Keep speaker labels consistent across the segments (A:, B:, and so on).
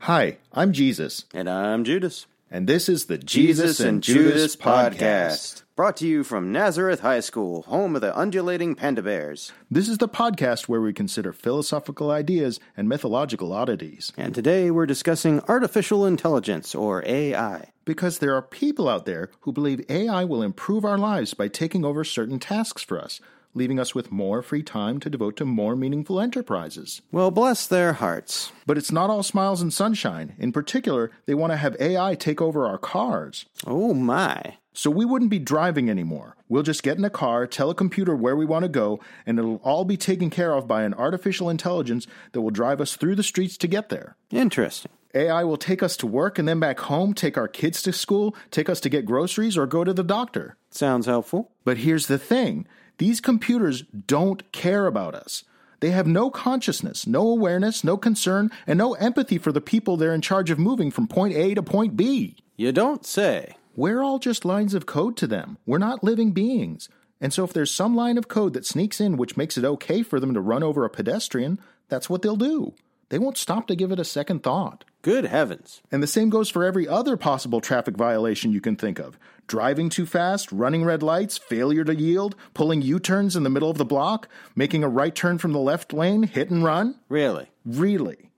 A: Hi, I'm Jesus,
B: And I'm Judas.
A: and this is the Jesus, and Judas, podcast.
B: Brought to you from Nazareth High School, home of the undulating panda bears.
A: This is the podcast where we consider philosophical ideas and mythological oddities,
B: And today we're discussing artificial intelligence, or AI.
A: because there are people out there who believe AI will improve our lives by taking over certain tasks for us, leaving us with more free time to devote to more meaningful enterprises.
B: Well, bless their hearts.
A: But it's not all smiles and sunshine. In particular, they want to have AI take over our cars.
B: Oh my.
A: So we wouldn't be driving anymore. We'll just get in a car, tell a computer where we want to go, and it'll all be taken care of by an artificial intelligence that will drive us through the streets to get there.
B: Interesting.
A: AI will take us to work and then back home, take our kids to school, take us to get groceries, or go to the doctor.
B: Sounds helpful.
A: But here's the thing these computers don't care about us. They have no consciousness, no awareness, no concern, and no empathy for the people they're in charge of moving from point A to point B.
B: You don't say.
A: We're all just lines of code to them. We're not living beings. And so, if there's some line of code that sneaks in which makes it okay for them to run over a pedestrian, that's what they'll do. They won't stop to give it a second thought.
B: Good heavens.
A: And the same goes for every other possible traffic violation you can think of driving too fast, running red lights, failure to yield, pulling U turns in the middle of the block, making a right turn from the left lane, hit and run.
B: Really.
A: Really.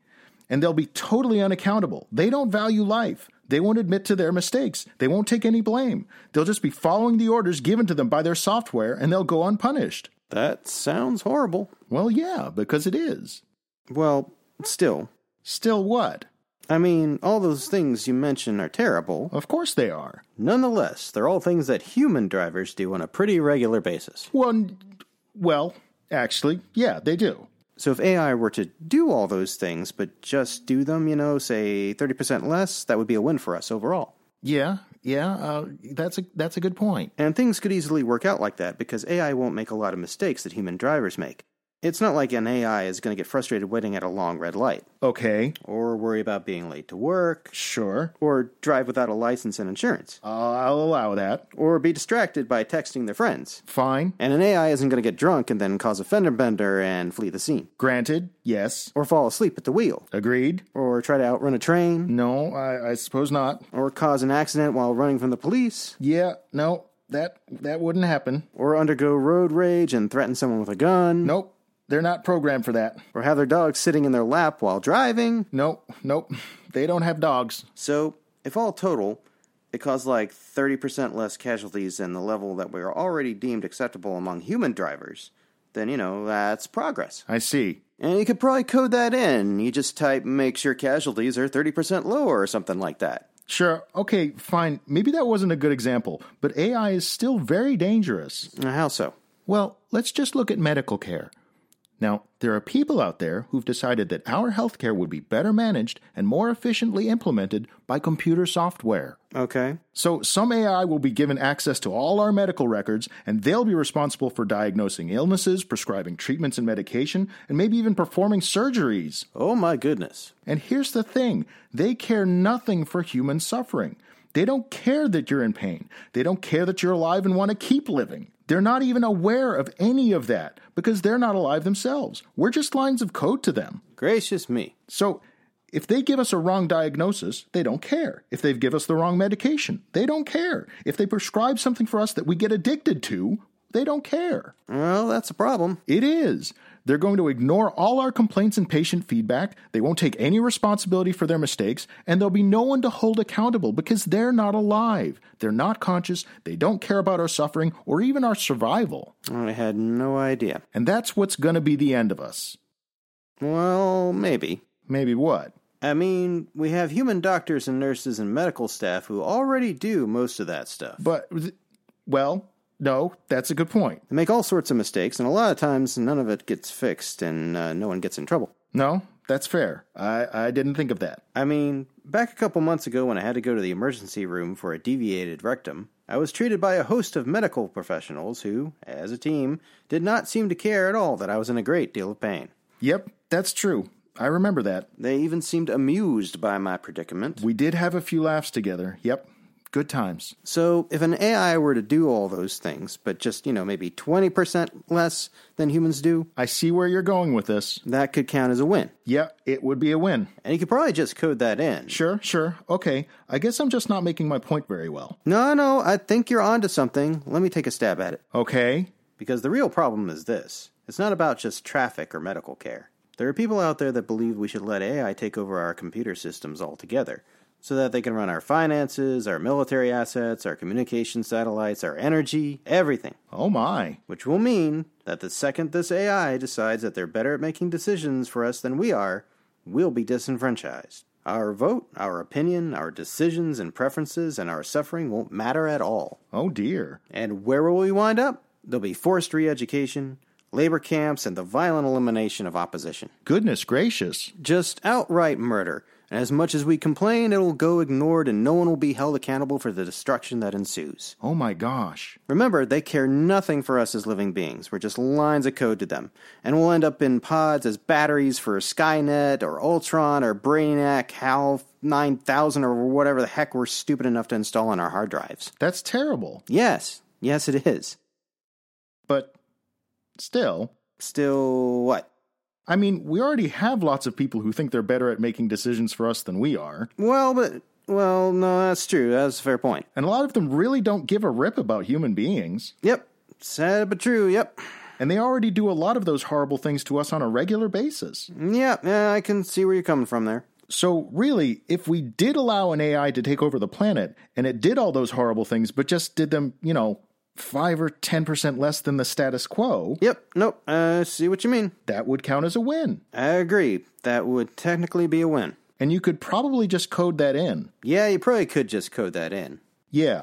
A: And they'll be totally unaccountable. They don't value life. They won't admit to their mistakes. They won't take any blame. They'll just be following the orders given to them by their software and they'll go unpunished.
B: That sounds horrible.
A: Well, yeah, because it is.
B: Well, still.
A: Still what?
B: I mean, all those things you mention are terrible.
A: Of course they are.
B: Nonetheless, they're all things that human drivers do on a pretty regular basis.
A: Well, n- well, actually, yeah, they do.
B: So if AI were to do all those things, but just do them, you know, say 30% less, that would be a win for us overall.
A: Yeah, yeah, uh, that's a that's a good point.
B: And things could easily work out like that because AI won't make a lot of mistakes that human drivers make. It's not like an AI is going to get frustrated waiting at a long red light,
A: Okay,
B: or worry about being late to work,
A: sure,
B: or drive without a license and insurance,
A: I'll allow that.
B: or be distracted by texting their friends.
A: Fine,
B: And an AI isn't going to get drunk and then cause a fender bender and flee the scene,
A: granted. Yes,
B: or fall asleep at the wheel,
A: agreed.
B: or try to outrun a train,
A: No, I, I suppose not.
B: or cause an accident while running from the police,
A: Yeah, no, that that wouldn't happen.
B: or undergo road rage and threaten someone with a gun,
A: Nope. They're not programmed for that.
B: or have their dog sitting in their lap while driving.
A: Nope, nope. They don't have dogs.
B: So, if all total, it caused like 30% less casualties than the level that we are already deemed acceptable among human drivers, then, you know, that's progress.
A: I see.
B: And you could probably code that in. You just type, make sure casualties are 30% lower or something like that.
A: Sure, okay, fine. Maybe that wasn't a good example, but AI is still very dangerous.
B: Now, How so?
A: Well, let's just look at medical care. Now, there are people out there who've decided that our healthcare would be better managed and more efficiently implemented by computer software.
B: Okay.
A: So, some AI will be given access to all our medical records, and they'll be responsible for diagnosing illnesses, prescribing treatments and medication, and maybe even performing surgeries.
B: Oh my goodness.
A: And here's the thing they care nothing for human suffering. They don't care that you're in pain. They don't care that you're alive and want to keep living. They're not even aware of any of that because they're not alive themselves. We're just lines of code to them.
B: Gracious me.
A: So if they give us a wrong diagnosis, they don't care. If they give us the wrong medication, they don't care. If they prescribe something for us that we get addicted to, they don't care.
B: Well, that's a problem.
A: It is. They're going to ignore all our complaints and patient feedback. They won't take any responsibility for their mistakes, and there'll be no one to hold accountable because they're not alive. They're not conscious. They don't care about our suffering or even our survival.
B: I had no idea.
A: And that's what's going to be the end of us.
B: Well, maybe.
A: Maybe what?
B: I mean, we have human doctors and nurses and medical staff who already do most of that stuff.
A: But, well, no, that's a good point.
B: They make all sorts of mistakes, and a lot of times none of it gets fixed and uh, no one gets in trouble.
A: No, that's fair. I, I didn't think of that.
B: I mean, back a couple months ago when I had to go to the emergency room for a deviated rectum, I was treated by a host of medical professionals who, as a team, did not seem to care at all that I was in a great deal of pain.
A: Yep, that's true. I remember that.
B: They even seemed amused by my predicament.
A: We did have a few laughs together. Yep, Good times.
B: So, if an AI were to do all those things, but just, you know, maybe 20% less than humans do,
A: I see where you're going with this.
B: that could count as a win.
A: Yeah, it would be a win.
B: And you could probably just code that in.
A: Sure, sure. Okay. I guess I'm just not making my point very well.
B: No, no, I think you're onto something. Let me take a stab at it.
A: Okay.
B: Because the real problem is this it's not about just traffic or medical care. There are people out there that believe we should let AI take over our computer systems altogether so that they can run our finances, our military assets, our communication satellites, our energy, everything.
A: Oh my.
B: Which will mean that the second this AI decides that they're better at making decisions for us than we are, we'll be disenfranchised. Our vote, our opinion, our decisions and preferences, and our suffering won't matter at all.
A: Oh dear.
B: And where will we wind up? There'll be forced re education, labor camps, and the violent elimination of opposition.
A: Goodness gracious.
B: Just outright murder. And as much as we complain, it'll go ignored and no one will be held accountable for the destruction that ensues.
A: Oh my gosh.
B: Remember, they care nothing for us as living beings. We're just lines of code to them. And we'll end up in pods as batteries for Skynet or Ultron or Brainiac, HAL 9000 or whatever the heck we're stupid enough to install on our hard drives.
A: That's terrible.
B: Yes, yes, it is.
A: But still,
B: Still, what?
A: I mean, we already have lots of people who think they're better at making decisions for us than we are.
B: Well, but well, no, that's true. That's a fair point.
A: And a lot of them really don't give a rip about human beings.
B: Yep, sad but true. Yep,
A: And they already do a lot of those horrible things to us on a regular basis.
B: yep. Yeah, I can see where you're coming from there.
A: So, really, if we did allow an AI to take over the planet and it did all those horrible things, but just did them, you know, 5 or 10% less than the status quo,
B: Yep, nope. I see what you mean.
A: that would count as a win.
B: I agree. That would technically be a win.
A: And you could probably just code that in.
B: Yeah, you probably could just code that in.
A: Yeah.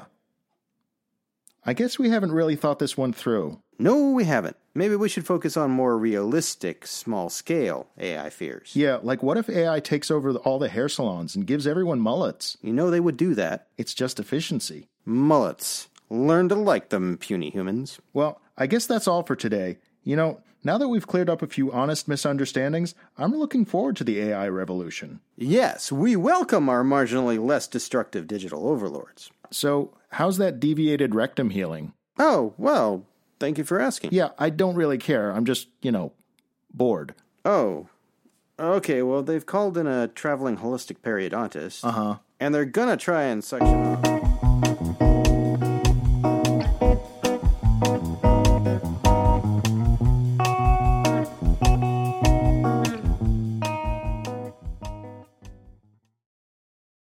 A: I guess we haven't really thought this one through.
B: No, we haven't. Maybe we should focus on more realistic, small scale AI fears.
A: Yeah, like what if AI takes over the- all the hair salons and gives everyone mullets?
B: You know they would do that.
A: It's just efficiency.
B: Mullets. Learn to like them, puny humans.
A: Well, I guess that's all for today. You know, now that we've cleared up a few honest misunderstandings, I'm looking forward to the AI revolution.
B: Yes, we welcome our marginally less destructive digital overlords.
A: So, how's that deviated rectum healing?
B: Oh, well, thank you for asking.
A: Yeah, I don't really care. I'm just, you know, bored.
B: Oh.
A: Uh-huh.
B: Okay, well, they've called in a traveling holistic periodontist. Uh huh. And they're gonna try and suction.